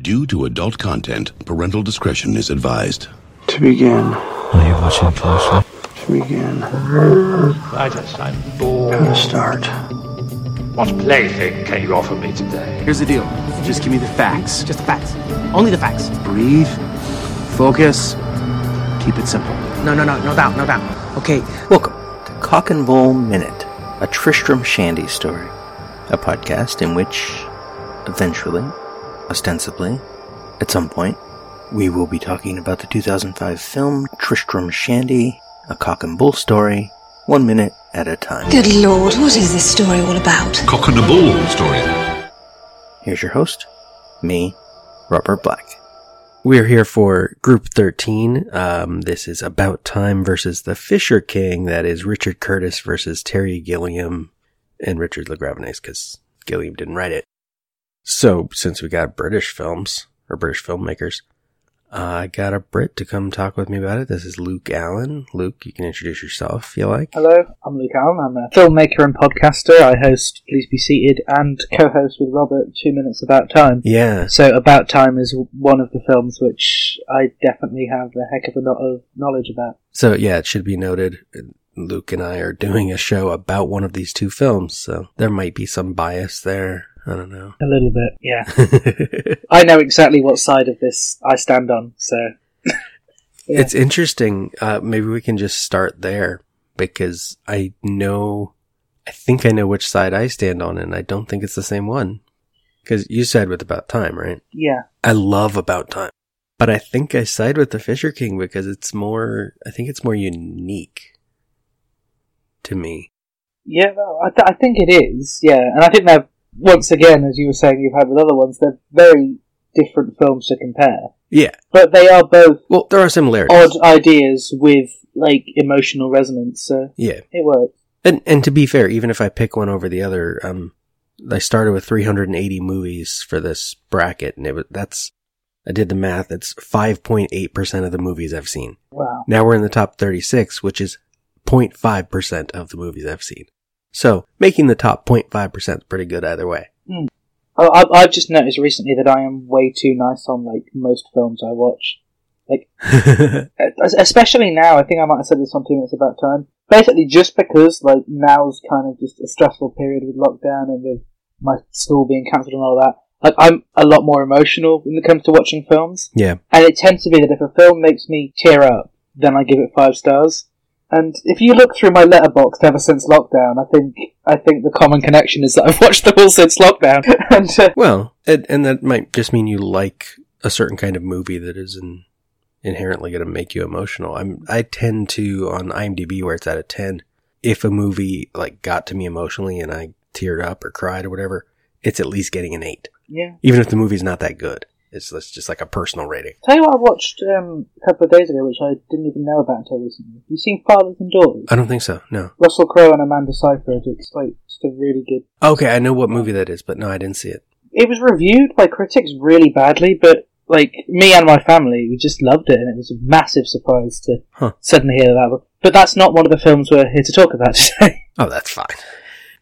Due to adult content, parental discretion is advised. To begin. Are you watching closely? To begin. I just, I'm bored. To start. What plaything can you offer me today? Here's the deal. Just give me the facts. Just the facts. Only the facts. Breathe. Focus. Keep it simple. No, no, no, no doubt, no doubt. Okay, welcome to Cock and Bull Minute, a Tristram Shandy story, a podcast in which, eventually, ostensibly, at some point, we will be talking about the 2005 film Tristram Shandy, a cock and bull story, one minute at a time. Good lord, what is this story all about? Cock and a bull story. Here's your host, me, Robert Black. We're here for Group 13. Um, this is About Time versus the Fisher King. That is Richard Curtis versus Terry Gilliam and Richard LeGravenes because Gilliam didn't write it. So, since we got British films or British filmmakers, I got a Brit to come talk with me about it. This is Luke Allen. Luke, you can introduce yourself if you like. Hello, I'm Luke Allen. I'm a filmmaker and podcaster. I host Please Be Seated and co host with Robert Two Minutes About Time. Yeah. So, About Time is one of the films which I definitely have a heck of a lot of knowledge about. So, yeah, it should be noted Luke and I are doing a show about one of these two films, so there might be some bias there. I don't know. A little bit, yeah. I know exactly what side of this I stand on, so. Yeah. It's interesting. Uh, maybe we can just start there because I know, I think I know which side I stand on, and I don't think it's the same one. Because you side with About Time, right? Yeah. I love About Time, but I think I side with The Fisher King because it's more. I think it's more unique to me. Yeah, I, th- I think it is. Yeah, and I think they're once again, as you were saying, you've had with other ones, they're very different films to compare. Yeah, But they are both well, there are similarities. odd ideas with like emotional resonance, so Yeah, it works. and and to be fair, even if I pick one over the other, um, I started with 380 movies for this bracket, and it was that's I did the math. It's 5.8 percent of the movies I've seen. Wow. Now we're in the top 36, which is 0.5 percent of the movies I've seen. So making the top 0.5 percent is pretty good either way. I, I- Oh, I've just noticed recently that I am way too nice on like most films I watch. e, Es- Especially now, I think I might have said this on Two Minutes About Time. Basically, just because like now's kind of just a stressful period with lockdown and with my school being cancelled and all that. Like I'm a lot more emotional when it comes to watching films. yeah, And it tends to be that if a film makes me tear up, then I give it five stars. And if you look through my letterbox ever since lockdown, I think I think the common connection is that I've watched them all since lockdown. and uh, Well, and, and that might just mean you like a certain kind of movie that isn't inherently going to make you emotional. I'm I tend to on IMDb where it's out of ten, if a movie like got to me emotionally and I teared up or cried or whatever, it's at least getting an eight, yeah, even if the movie's not that good. It's that's just like a personal rating. tell you what I watched um, a couple of days ago, which I didn't even know about until recently. You seen Fathers and Daughters? I don't think so. No. Russell Crowe and Amanda Seyfried. It's like just a really good. Okay, I know what movie that is, but no, I didn't see it. It was reviewed by critics really badly, but like me and my family, we just loved it, and it was a massive surprise to Huh. suddenly hear that. But that's not one of the films we're here to talk about today. Oh, that's fine.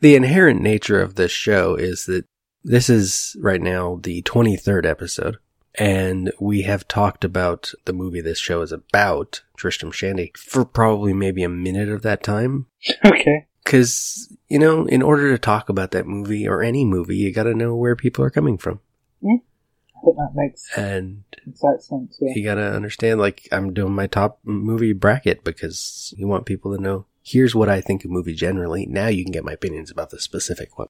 The inherent nature of this show is that this is right now the 23rd episode, and we have talked about the movie this show is about, Tristram Shandy, for probably maybe a minute of that time. okay. Because, you know, in order to talk about that movie or any movie, you got to know where people are coming from. I think that makes And exact sense, yeah. you got to understand, like, I'm doing my top movie bracket because you want people to know here's what I think of movie generally. Now you can get my opinions about the specific one.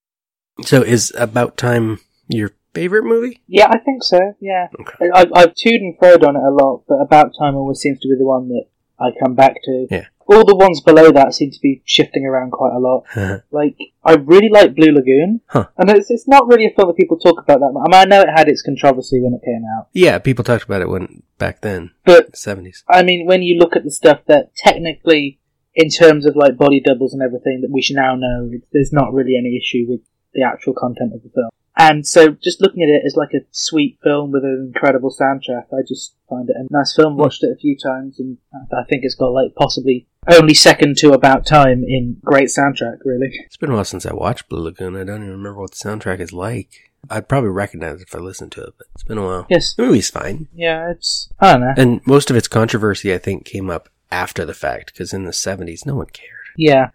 So, is About Time your favorite movie? Yeah, I think so, yeah. Okay. I, I've toed and froed on it a lot, but About Time always seems to be the one that I come back to. Yeah. All the ones below that seem to be shifting around quite a lot. Like, I really like Blue Lagoon, Uh-huh. Huh. and it's, it's not really a film that people talk about that much. I mean, I know it had its controversy when it came out, yeah, people talked about it when back then, but 70s. I mean, when you look at the stuff that technically, in terms of like body doubles and everything that we should now know, it, there's not really any issue with the actual content of the film. And so, just looking at it as like a sweet film with an incredible soundtrack, I just find it a nice film. Watched it a few times, and uh, I think it's got like possibly only second to About Time in great soundtrack, really. It's been a while since I watched Blue Lagoon. I don't even remember what the soundtrack is like. I'd probably recognize it if I listened to it, but it's been a while. Yes. The movie's fine. Yeah, it's I don't know. And most of its controversy, I think, came up after the fact, because in the 70s, no one cared. Yeah,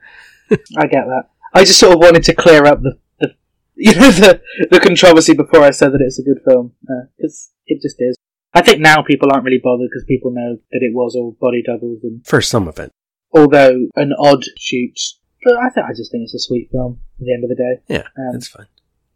I get that. I just sort of wanted to clear up the, the you know the the controversy before I said that it's a good film because it just is. I think now people aren't really bothered because people know that it was all body doubles and For some of it. although an odd shoot. But I think I just think it's a sweet film. At the end of the day, Yeah, Um, that's fine.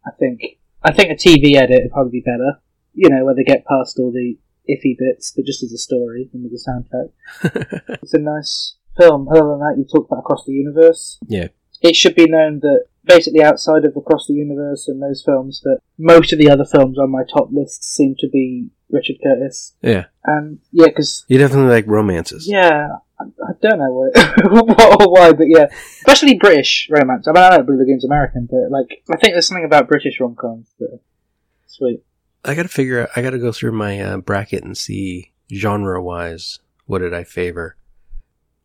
I think I think a TV edit would probably be better. You know, where they get past all the iffy bits, but just as a story and with the soundtrack, it's a nice film. Other than that, you talked about Across the Universe. Yeah. It should be known that basically outside of Across the Universe and those films, that most of the other films on my top list seem to be Richard Curtis. Yeah. And yeah, because You definitely like romances. yeah, I, I don't know what, what or why, but yeah, especially British romance. I mean, I know Blue Lagoon's American, but like, I think there's something about British rom coms that are sweet. I gotta figure out, I gotta go through my uh, bracket and see genre wise, what did I favor?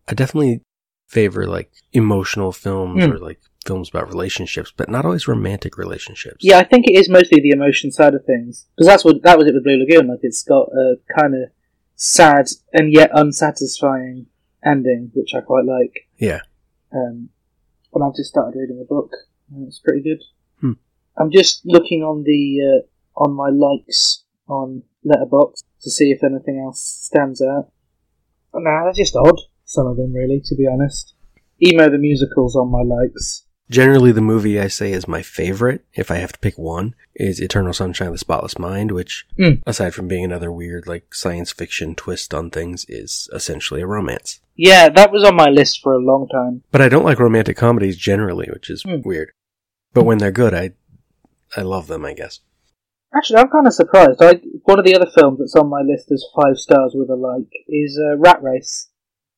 I definitely favor like emotional films Hmm. or like films about relationships, but not always romantic relationships. Yeah, I think it is mostly the emotion side of things because that's what that was it with Blue Lagoon. Like, it's got a kind of sad and yet unsatisfying ending, which I quite like. Yeah. Um, and I've just started reading the book, and it's pretty good. Hmm. I'm just looking on the uh, on my likes on Letterbox to see if anything else stands out. But nah, that's just odd. Some of them, really, to be honest. Emo the musicals on my likes. Generally, the movie I say is my favorite, if I have to pick one, is Eternal Sunshine of the Spotless Mind, which, Hmm. aside from being another weird, like, science fiction twist on things, is essentially a romance. Yeah, that was on my list for a long time. But I don't like romantic comedies generally, which is Hmm. weird. But when they're good, I, I love them, I guess. Actually, I'm kind of surprised. I one of the other films that's on my list as five stars with a like is uh, Rat Race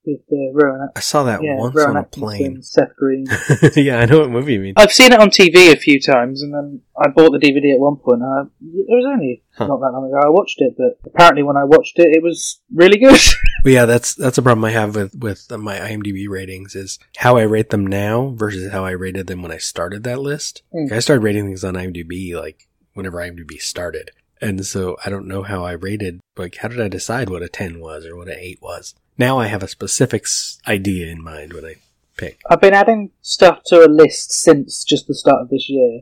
with uh, Rowan. I saw that Yeah, once Rowan on a Atkinson, plane. Seth Green. yeah, I know what movie you mean. I've seen it on TV a few times, and then I bought the DVD at one point. and I, it was only Huh. not that long ago I watched it, but apparently when I watched it, it was really good. But yeah, that's that's a problem I have with with my IMDb ratings is how I rate them now versus how I rated them when I started that list. Mm. Like, I started rating things on IMDb like whenever IMDb started, and so I don't know how I rated. Like, how did I decide what a ten was or what an eight was? Now I have a specific s- idea in mind when I pick. I've been adding stuff to a list since just the start of this year,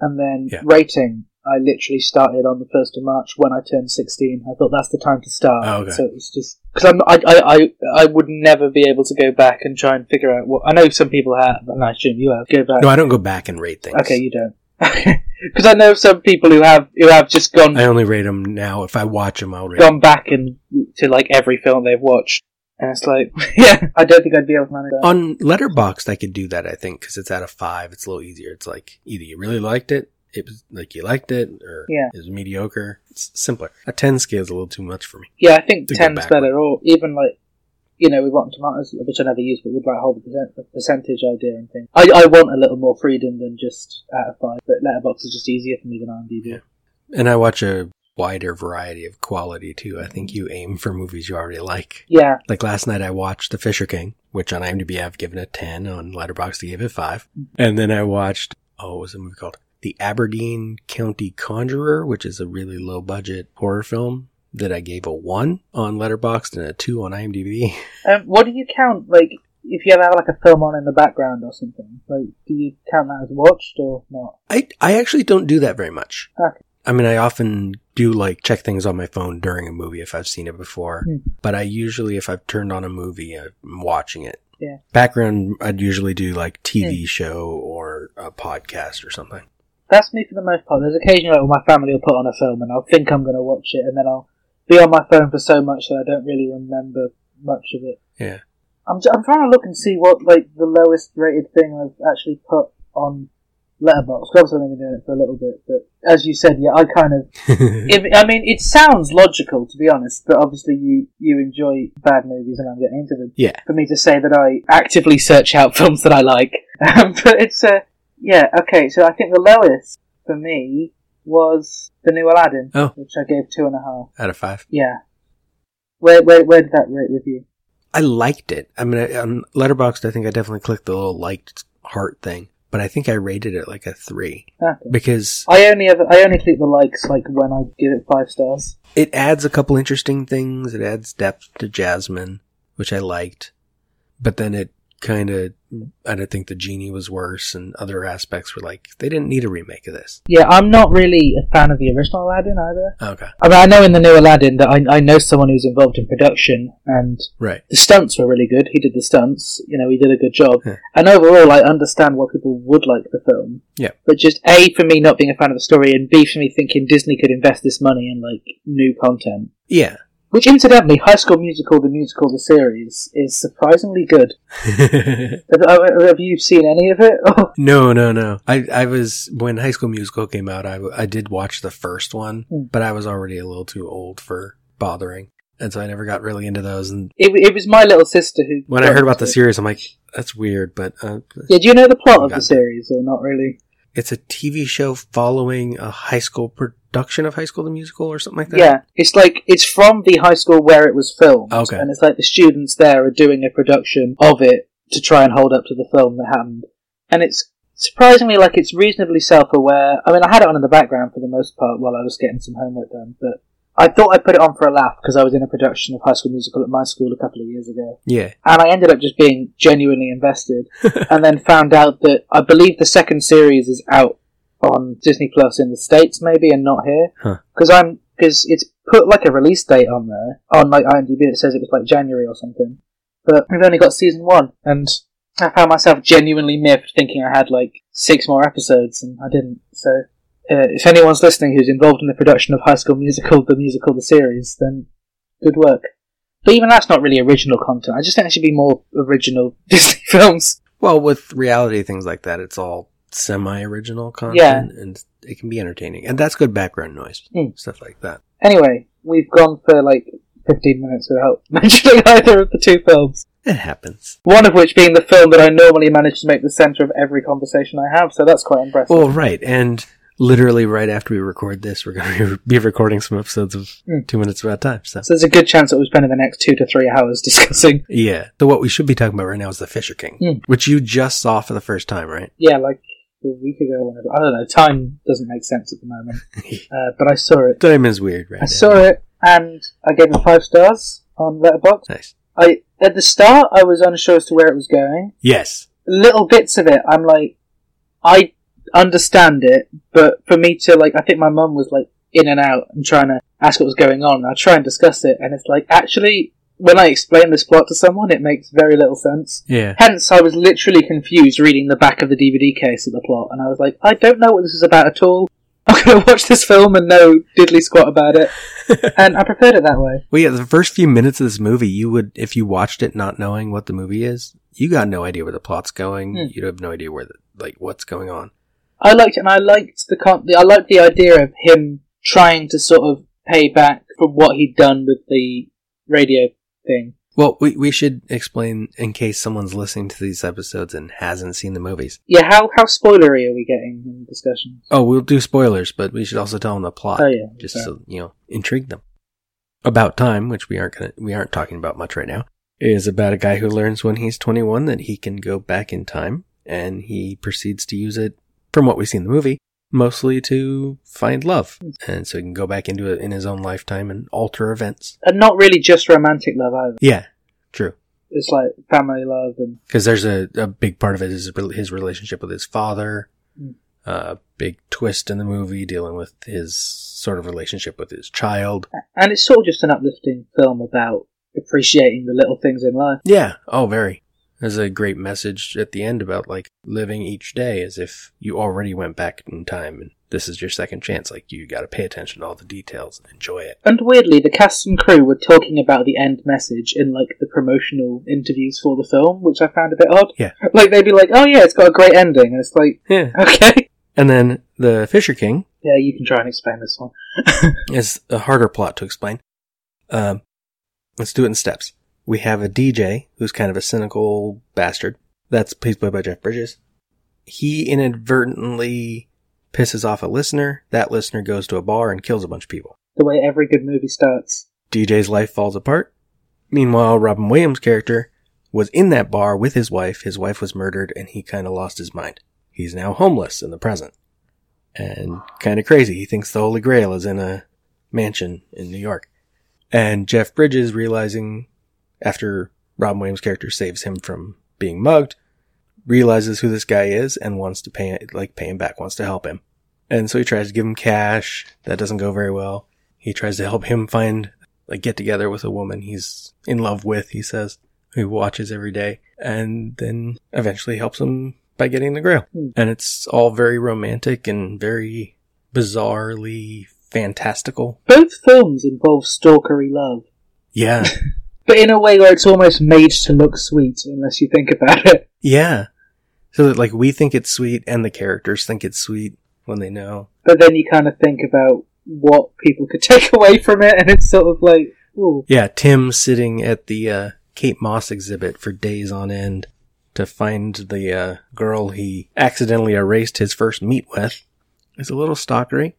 and then Yeah. rating. I literally started on the first of March when I turned sixteen. I thought that's the time to start. Oh, okay. So it's just because I'm I, I I I would never be able to go back and try and figure out what I know. Some people have, and I assume you have. Go back. No, I don't go back and rate things. okay, you don't. Because I know some people who have who have just gone I only rate them now if I watch them. I'll rate. 'em. gone back and to like every film they've watched, and it's like, yeah, I don't think I'd be able to manage that. On Letterboxd, I could do that, I think, because it's out of five. It's a little easier. It's like either you really liked it, it was like you liked it, or Yeah. it was mediocre. It's simpler. A 10 scale is a little too much for me. Yeah, I think To go ten's backward. better, or even like you know, with Rotten Tomatoes, which I never use, but with like whole percent, the percentage idea and things. I, I want a little more freedom than just out of five, but Letterbox is just easier for me than IMDb. Yeah. And I watch a wider variety of quality, too. I think you aim for movies you already like. Yeah, Like last night, I watched The Fisher King, which on IMDb I've given a 10. On Letterboxd, I gave it 5. And then I watched, oh, what was the movie called? The Aberdeen County Conjurer, which is a really low budget horror film that I gave a 1 on Letterboxd and a 2 on IMDb. Um, what do you count like? If you ever have like a film on in the background or something, like do you count that as watched or not? I, I actually don't do that very much. Okay. I mean, I often do like check things on my phone during a movie if I've seen it before, Hmm. but I usually, if I've turned on a movie, I'm watching it. Yeah. Hmm. Background, I'd usually do like TV show or a podcast or something. That's me for the most part. There's occasionally like, when my family will put on a film and I'll think I'm going to watch it, and then I'll be on my phone for so much that I don't really remember much of it. Yeah. I'm, j- I'm trying to look and see what like the lowest rated thing I've actually put on Letterboxd. 'cause Obviously, I've only been doing it for a little bit, but as you said, yeah, I kind of. if, I mean, it sounds logical to be honest, but obviously you you enjoy bad movies and I'm getting into them. Yeah. For me to say that I actively search out films that I like, but it's uh, yeah okay. So I think the lowest for me was the new Aladdin, Oh. which I gave two and a half. Out of five. Yeah. Where where where did that rate with um, you? I liked it. I mean, I, on Letterboxd, I think I definitely clicked the little liked heart thing. but I think I rated it like a three Okay. because I only ever, I only think the likes like when I give it five stars. it adds a couple interesting things. It adds depth to Jasmine, which I liked, but then it kind of, I don't think the genie was worse and other aspects were like, they didn't need a remake of this. Yeah, I'm not really a fan of the original Aladdin either. Okay. I mean, I know in the new Aladdin that I, I know someone who's involved in production, and Right. the stunts were really good. He did the stunts, you know, he did a good job. Yeah. And overall, I understand why people would like the film. Yeah. But just A, for me not being a fan of the story, and B, for me thinking Disney could invest this money in, like, new content. Yeah. Which, incidentally, High School Musical, the musical, the series, is surprisingly good. Have, have- have you seen any of it? Oh, No, no, no. I, I was when High School Musical came out. I, I did watch the first one, Mm. but I was already a little too old for bothering, and so I never got really into those. And it, it was my little sister who. when I heard about the series. series, I'm like, that's weird, but uh, Yeah, do you know the plot of Okay. the series, or not really? it's a TV show following a high school production of High School the Musical or something like that. Yeah, it's like it's from the high school where it was filmed, Okay. and it's like the students there are doing a production of it to try and hold up to the film that happened, and it's surprisingly like it's reasonably self-aware. I mean, I had it on in the background for the most part while I was getting some homework done, but I thought I put it on for a laugh because I was in a production of High School Musical at my school a couple of years ago yeah, and I ended up just being genuinely invested, and then found out that I believe the second series is out on Disney Plus in the states, maybe, and not Huh. here because I'm because it's put like a release date on there on like IMDb. It says it was like January or something, but we've only got season one, and I found myself genuinely miffed, thinking I had like six more episodes, and I didn't. So. Uh, if anyone's listening who's involved in the production of High School Musical, the musical, the series, then good work. But even that's not really original content. I just think there should be more original Disney films. Well, with reality things like that, it's all semi-original content, and it can be entertaining, and that's good background noise, Mm. stuff like that. Anyway, we've gone for like 15 minutes without mentioning either of the two films. It happens. One of which being the film that I normally manage to make the centre of every conversation I have, so that's quite impressive. Well, right, and literally right after we record this, we're going to be recording some episodes of Mm. Two Minutes About Time. So, So there's a good chance that we're spending the next two to three hours discussing. yeah. So what we should be talking about right now is The Fisher King, Mm. which you just saw for the first time, right? Yeah, like a week ago, or whatever. I don't know, time doesn't make sense at the moment. uh, but I saw it. Time is weird, right? I saw it, and I gave it five stars on Letterboxd. Nice. I, at the start, I was unsure as to where it was going. Yes. little bits of it, I'm like, I understand it, but for me to like, I think my mum was like in and out and trying to ask what was going on. I try and discuss it, and it's like actually, when I explain this plot to someone, it makes very little sense. Yeah. Hence, I was literally confused reading the back of the DVD case of the plot, and I was like, I don't know what this is about at all. I'm gonna watch this film and know diddly squat about it, and I preferred it that way. Well, yeah. The first few minutes of this movie, you would, if you watched it not knowing what the movie is, you got no idea where the plot's going. Mm. You'd have no idea where, the, like, what's going on. I liked it, and I liked the con- the- I liked the idea of him trying to sort of pay back for what he'd done with the radio thing. Well, we, we should explain in case someone's listening to these episodes and hasn't seen the movies. Yeah, how how spoilery are we getting in the discussion? Oh, we'll do spoilers, but we should also tell them the plot. Oh, yeah, just okay. so you know, intrigue them. About time, which we aren't gonna, we aren't talking about much right now, is about a guy who learns when he's 21 that he can go back in time, and he proceeds to use it. From what we see in the movie, mostly to find love, Hmm. and so he can go back into it in his own lifetime and alter events. And not really just romantic love either. Yeah, true. It's like family love and because there's a, a big part of it is his relationship with his father a big twist in the movie dealing with his sort of relationship with his child and it's sort of just an uplifting film about appreciating the little things in life. yeah oh very there's a great message at the end about like living each day as if you already went back in time and this is your second chance like you got to pay attention to all the details and enjoy it And weirdly, the cast and crew were talking about the end message in like the promotional interviews for the film, which I found a bit odd. Yeah. like they'd be like, "Oh yeah, it's got a great ending," and it's like, yeah okay, and then the fisher king yeah, you can try and explain this one. is a harder plot to explain. Um, let's do it in steps. We have a DJ who's kind of a cynical bastard. That's please played by Jeff Bridges. He inadvertently pisses off a listener. That listener goes to a bar and kills a bunch of people. the way every good movie starts. DJ's life falls apart. Meanwhile, Robin Williams' character was in that bar with his wife. His wife was murdered, and he kind of lost his mind. He's now homeless in the present. And kind of crazy. He thinks the Holy Grail is in a mansion in New York. And Jeff Bridges, realizing after Robin Williams' character saves him from being mugged, realizes who this guy is and wants to pay like pay him back, wants to help him. And so he tries to give him cash. That doesn't go very well. He tries to help him find like get together with a woman he's in love with, he says, who watches every day, and then eventually helps him by getting the grail. And it's all very romantic and very bizarrely fantastical. Both films involve stalkery love, Yeah. but in a way where it's almost made to look sweet, unless you think about it. yeah. So that like we think it's sweet and the characters think it's sweet when they know. But then you kind of think about what people could take away from it, and it's sort of like, ooh, Yeah, Tim sitting at the uh, Kate Moss exhibit for days on end to find the uh, girl he accidentally erased his first meet with is a little stalkery.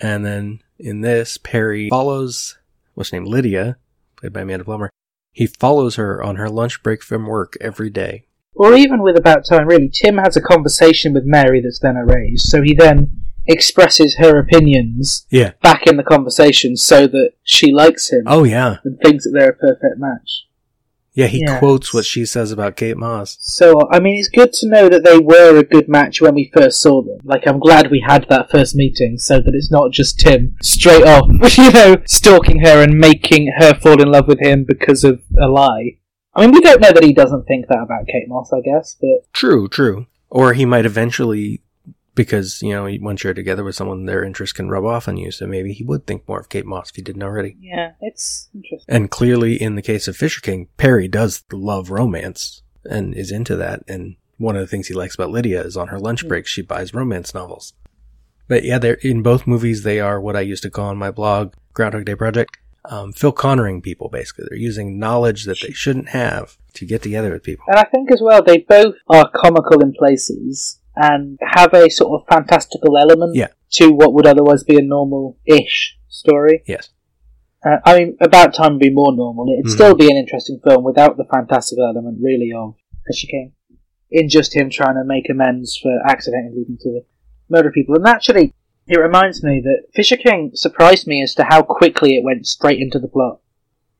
And then in this, Perry follows what's her name Lydia, played by Amanda Plummer. He follows her on her lunch break from work every day. or even with About Time, really, Tim has a conversation with Mary that's then erased, so he then expresses her opinions Yeah. back in the conversation so that she likes him Oh yeah. and thinks that they're a perfect match. Yeah, he Yeah. quotes what she says about Kate Moss. So, I mean, it's good to know that they were a good match when we first saw them. Like, I'm glad we had that first meeting so that it's not just Tim straight off, you know, stalking her and making her fall in love with him because of a lie. I mean, we don't know that he doesn't think that about Kate Moss, I guess, but True, true. Or he might eventually, because, you know, once you're together with someone, their interest can rub off on you. So maybe he would think more of Kate Moss if he didn't already. yeah, it's interesting. And clearly, in the case of Fisher King, Perry does love romance and is into that. And one of the things he likes about Lydia is on her lunch break, she buys romance novels. But yeah, they're in both movies. They are what I used to call on my blog, Groundhog Day Project, um, Phil Connoring people. Basically, they're using knowledge that they shouldn't have to get together with people. And I think as well, they both are comical in places and have a sort of fantastical element Yeah. to what would otherwise be a normal ish story. Yes. Uh, I mean, about time would be more normal. It'd still be an interesting film without the fantastical element, really, of Fisher King. In just him trying to make amends for accidentally leading to the murder of people. And actually, it reminds me that Fisher King surprised me as to how quickly it went straight into the plot.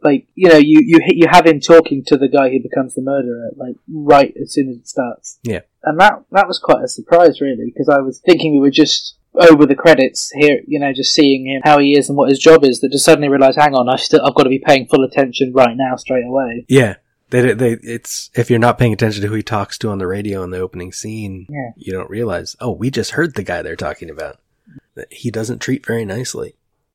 Like, you know, you, you, you have him talking to the guy who becomes the murderer, like, right as soon as it starts. Yeah. And that, that was quite a surprise, really, because I was thinking we were just over the credits here, you know, just seeing him, how he is and what his job is, that just suddenly realised, hang on, I've, still, I've got to be paying full attention right now, straight away. Yeah. They, they, it's if you're not paying attention to who he talks to on the radio in the opening scene, Yeah. you don't realize. Oh, we just heard the guy they're talking about. That He doesn't treat very nicely.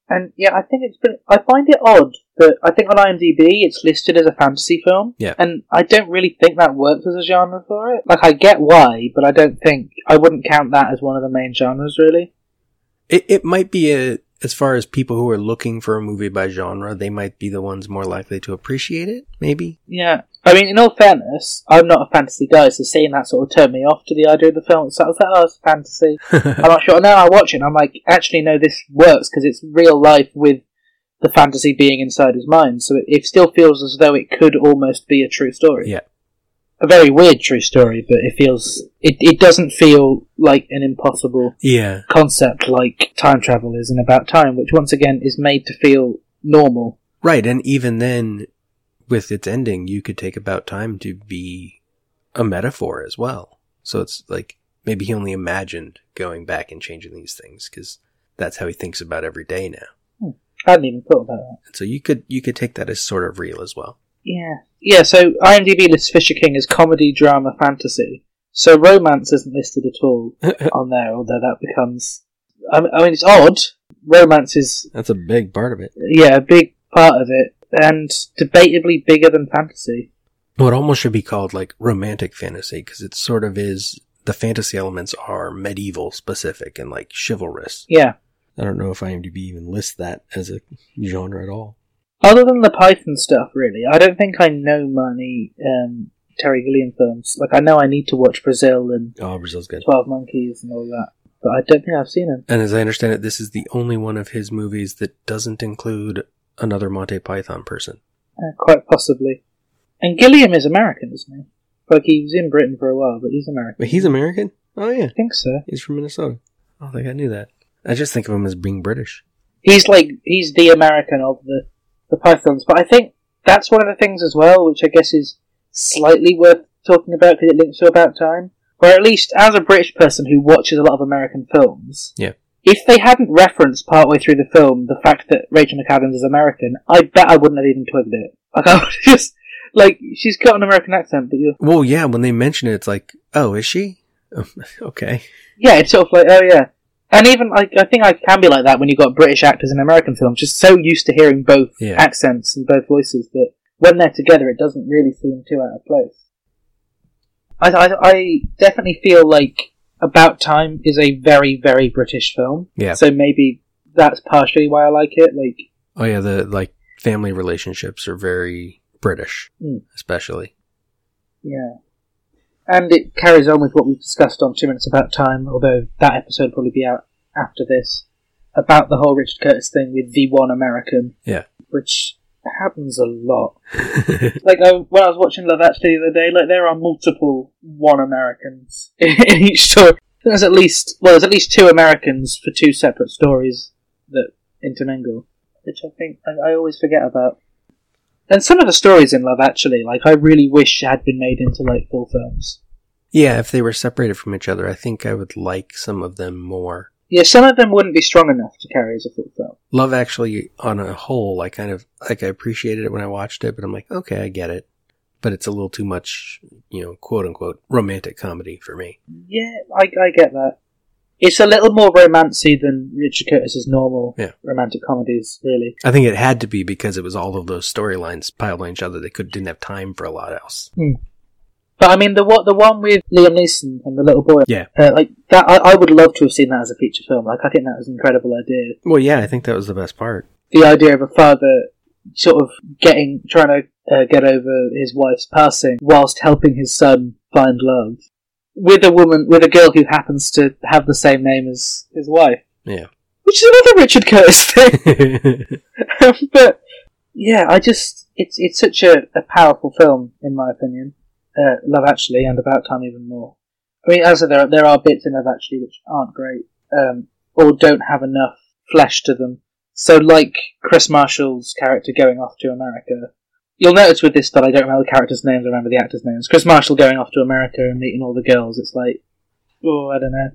And yeah, I think it's been. I find it odd that I think on IMDb it's listed as a fantasy film. Yeah. And I don't really think that works as a genre for it. Like, I get why, but I don't think. I wouldn't count that as one of the main genres, really. It it might be a as far as people who are looking for a movie by genre, they might be the ones more likely to appreciate it. Maybe. Yeah. I mean, in all fairness, I'm not a fantasy guy, so seeing that sort of turned me off to the idea of the film. So I was like, oh, it's fantasy. I'm not sure. And then I watch it and I'm like, actually, no, this works because it's real life with the fantasy being inside his mind. So it, it still feels as though it could almost be a true story. Yeah. a very weird true story, but it feels it, it doesn't feel like an impossible Yeah. concept like time travel is in about time, which once again is made to feel normal. Right. And even then, with its ending, you could take about time to be a metaphor as well. So it's like maybe he only imagined going back and changing these things because that's how he thinks about every day now. I hadn't even thought about that. And so you could you could take that as sort of real as well. Yeah. Yeah, so IMDb lists Fisher King as comedy, drama, fantasy. So romance isn't listed at all on there, although that becomes. I m- I mean, it's odd. Romance is, That's a big part of it. yeah, a big part of it, and debatably bigger than fantasy. Well, it almost should be called like romantic fantasy because it sort of is. The fantasy elements are medieval specific and like chivalrous. Yeah. I don't know if IMDb even lists that as a genre at all. other than the Python stuff, really, I don't think I know many um, Terry Gilliam films. Like, I know I need to watch Brazil and Oh, Brazil's good. Twelve Monkeys and all that, but I don't think I've seen him. And as I understand it, this is the only one of his movies that doesn't include another Monty Python person. Uh, quite possibly. And Gilliam is American, isn't he? Like, he was in Britain for a while, but he's American. But he's American? Oh yeah, I think so. he's from Minnesota. I don't think I knew that. I just think of him as being British. He's like he's the American of the the pythons, but I think that's one of the things as well, which I guess is slightly worth talking about because it links to About Time. Or at least as a British person who watches a lot of American films, Yeah. if they hadn't referenced partway through the film the fact that Rachel McAdams is American, I bet I wouldn't have even twigged it. Like I would just like she's got an American accent, but you Well, yeah, when they mention it, it's like, oh, is she? okay. yeah, it's sort of like oh yeah. And even like I think I can be like that when you've got British actors in American films, just so used to hearing both Yeah. accents and both voices that when they're together, it doesn't really seem too out of place. I, I, I definitely feel like About Time is a very very British film. Yeah. So maybe that's partially why I like it. Like Oh yeah, the like family relationships are very British, Mm. especially. Yeah. And it carries on with what we've discussed on Two Minutes About Time, although that episode will probably be out after this, about the whole Richard Curtis thing with the one American, Yeah. which happens a lot. like, I, when I was watching Love Actually the other day, like, there are multiple one Americans in each story. I think There's at least, well, there's at least two Americans for two separate stories that intermingle, which I think I, I always forget about. And some of the stories in Love Actually, like I really wish had been made into like full films. Yeah, if they were separated from each other, I think I would like some of them more. Yeah, some of them wouldn't be strong enough to carry as a full film. Love actually on a whole, I kind of like I appreciated it when I watched it, but I'm like, okay, I get it. But it's a little too much, you know, quote unquote romantic comedy for me. Yeah, I, I get that. It's a little more romancy than Richard Curtis's normal Yeah. romantic comedies, really. I think it had to be because it was all of those storylines piled on each other. They could didn't have time for a lot else. But I mean, the what the one with Liam Neeson and the little boy, Yeah. uh, like that. I, I would love to have seen that as a feature film. Like, I think that was an incredible idea. Well, yeah, I think that was the best part. the idea of a father sort of getting trying to uh, get over his wife's passing whilst helping his son find love with a woman with a girl who happens to have the same name as his wife Yeah. which is another richard curtis thing Um, but yeah i just it's it's such a, a powerful film in my opinion uh, love actually and about time even more i mean as I said, there are, there are bits in love actually which aren't great um, or don't have enough flesh to them so, like Chris Marshall's character going off to America, you'll notice with this that I don't remember the characters' names, I remember the actors' names. Chris Marshall going off to America and meeting all the girls, it's like, oh, I don't know.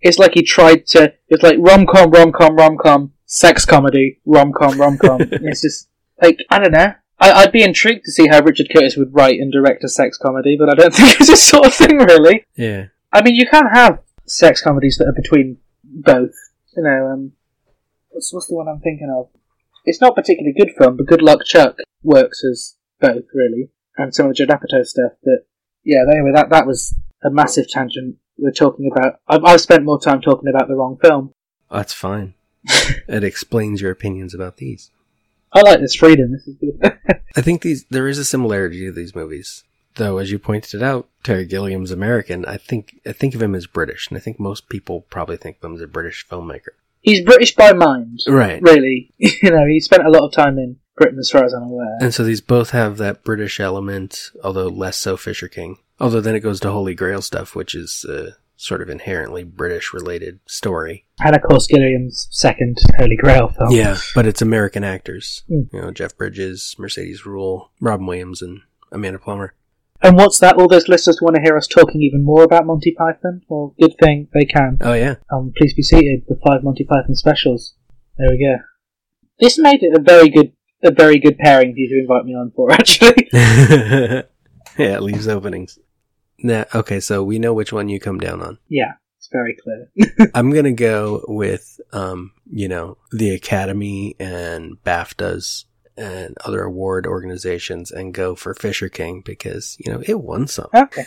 It's like he tried to, it's like rom com, rom com, rom com, sex comedy, rom com, rom com. it's just, like, I don't know. I, I'd be intrigued to see how Richard Curtis would write and direct a sex comedy, but I don't think it's this sort of thing, really. yeah. I mean, you can have sex comedies that are between both. You know, um, what's, what's the one I'm thinking of? It's not particularly good film, but Good Luck Chuck works as both, really. And some of the Judd Apatow stuff. But, yeah, anyway, that, that was a massive tangent we're talking about. I've, I've spent more time talking about the wrong film. That's fine. it explains your opinions about these. I like this freedom. This is good. I think these there is a similarity to these movies. Though as you pointed out, Terry Gilliam's American. I think I think of him as British, and I think most people probably think of him as a British filmmaker. He's British by mind. Right. Really. You know, he spent a lot of time in Britain, as far as I'm aware. And so these both have that British element, although less so Fisher King. Although then it goes to Holy Grail stuff, which is uh, sort of inherently British related story. and, of course, Gilliam's second Holy Grail film. Yeah, but it's American actors. Mm. You know, Jeff Bridges, Mercedes Rule, Robin Williams, and Amanda Plummer. And what's that? All those listeners want to hear us talking even more about Monty Python? Well, good thing they can. Oh yeah, Um, please be seated. The five Monty Python specials. There we go. This made it a very good, a very good pairing for you to invite me on for. Actually, yeah, it leaves openings. Nah, okay, so we know which one you come down on. yeah, it's very clear. I'm gonna go with, um, you know, the Academy and BAFTAs and other award organizations, and go for Fisher King because you know it won some. okay,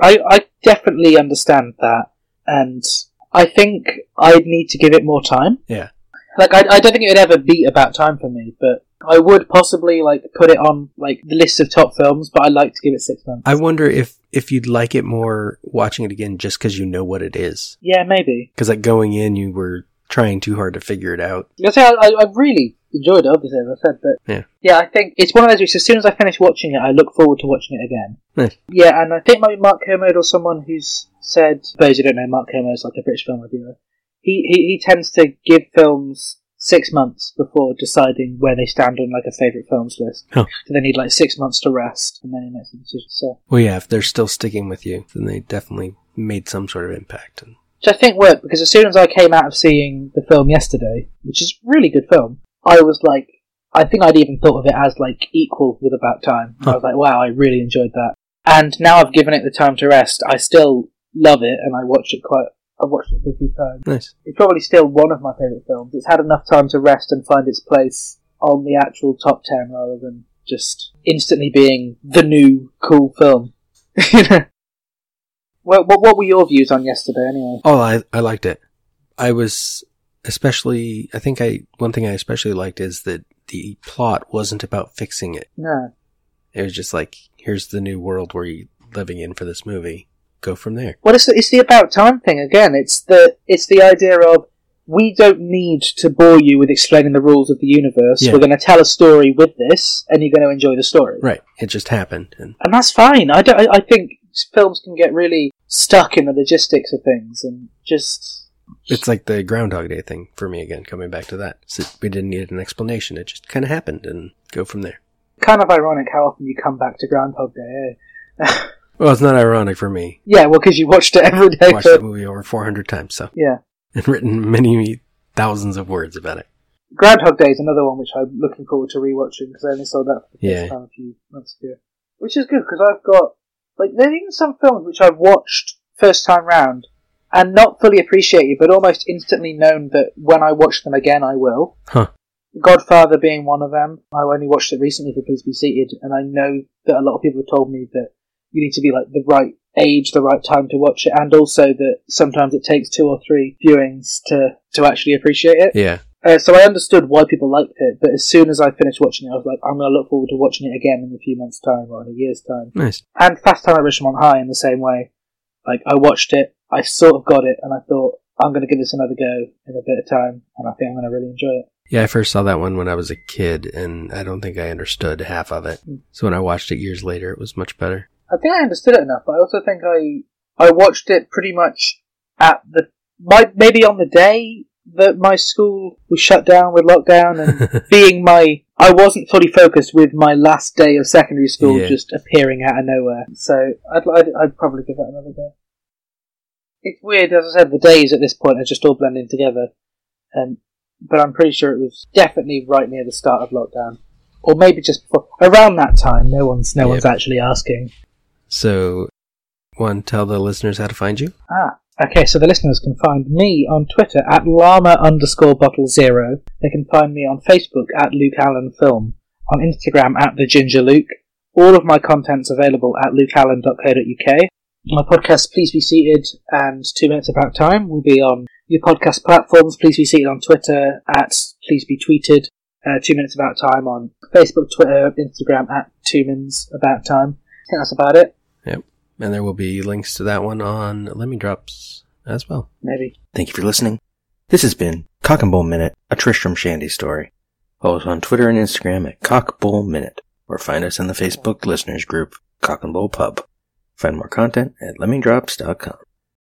I I definitely understand that, and I think I'd need to give it more time. yeah, Like, I, I don't think it would ever beat About Time for me, but I would possibly like put it on like the list of top films. But I'd like to give it six months. I wonder if if you'd like it more watching it again just because you know what it is. yeah, maybe. Because like going in, you were trying too hard to figure it out. Let's say I, I, I really enjoyed it, obviously, as I said, but Yeah. yeah, I think it's one of those weeks. As soon as I finish watching it, I look forward to watching it again. Nice. Yeah, and I think maybe Mark Kermode or someone who's said, for those who don't know, Mark Kermode's like a British film reviewer. He, he he tends to give films six months before deciding where they stand on like a favorite films list. Huh. So they need like six months to rest, and then he makes a decision. So, Well, yeah, if they're still sticking with you, then they definitely made some sort of impact. And which I think worked because as soon as I came out of seeing the film yesterday, which is a really good film, I was like, I think I'd even thought of it as like equal with About Time. I was like, wow, I really enjoyed that. And now I've given it the time to rest. I still love it, and I watch it quite. I've watched it a few times. nice. It's probably still one of my favourite films. It's had enough time to rest and find its place on the actual top ten rather than just instantly being the new cool film. well, what, what were your views on yesterday anyway? Oh, I, I liked it. I was especially, I think I, one thing I especially liked is that the plot wasn't about fixing it. No. It was just like, here's the new world we're living in for this movie. Go from there. Well, it's the, it's the about time thing again. It's the it's the idea of we don't need to bore you with explaining the rules of the universe. Yeah. We're going to tell a story with this, and you're going to enjoy the story. Right. It just happened. And and that's fine. I don't. I, I think films can get really stuck in the logistics of things and just. it's like the Groundhog Day thing for me again, coming back to that. So we didn't need an explanation. It just kind of happened and go from there. Kind of ironic how often you come back to Groundhog Day. Eh? Well, it's not ironic for me. yeah, well, because you watched it every I day. watched for- that movie over 400 times, so, yeah, and written many thousands of words about it. Groundhog Day is another one which I'm looking forward to rewatching because I only saw that for the Yeah. first time a few months ago, which is good because I've got like there's even some films which I've watched first time round and not fully appreciated, but almost instantly known that when I watch them again, I will. Huh. Godfather being one of them. I only watched it recently for Please Be Seated, and I know that a lot of people have told me that you need to be like the right age, the right time to watch it, and also that sometimes it takes two or three viewings to to actually appreciate it. Yeah. Uh, so I understood why people liked it, but as soon as I finished watching it, I was like, I'm going to look forward to watching it again in a few months' time or in a year's time. Nice. And Fast Time at Richmond High in the same way. Like, I watched it, I sort of got it, and I thought, I'm going to give this another go in a bit of time, and I think I'm going to really enjoy it. Yeah, I first saw that one when I was a kid, and I don't think I understood half of it. So when I watched it years later, it was much better. I think I understood it enough, but I also think I I watched it pretty much at the my maybe on the day that my school was shut down with lockdown and being my I wasn't fully focused with my last day of secondary school Yeah. just appearing out of nowhere. So I'd, I'd I'd probably give that another go. It's weird, as I said, the days at this point are just all blending together. Um, but I'm pretty sure it was definitely right near the start of lockdown, or maybe just before. Around that time, no one's no Yeah. one's actually asking. So, one, tell the listeners how to find you. Ah. Okay, so the listeners can find me on Twitter at llama underscore bottle zero. They can find me on Facebook at Luke Allen Film, on Instagram at the Ginger Luke. All of my content's available at lukeallen.co.uk. My podcast, Please Be Seated, and Two Minutes About Time will be on your podcast platforms. Please Be Seated on Twitter at Please Be Tweeted. Uh, Two Minutes About Time on Facebook, Twitter, Instagram at Two Minutes About Time. I think that's about it. Yep. And there will be links to that one on Lemmy Drops as well. Maybe. Thank you for listening. This has been Cock and Bull Minute, a Tristram Shandy story. Follow us on Twitter and Instagram at Cock Bull Minute, or find us in the Facebook listeners group, Cock and Bull Pub. Find more content at lemmingdrops.com.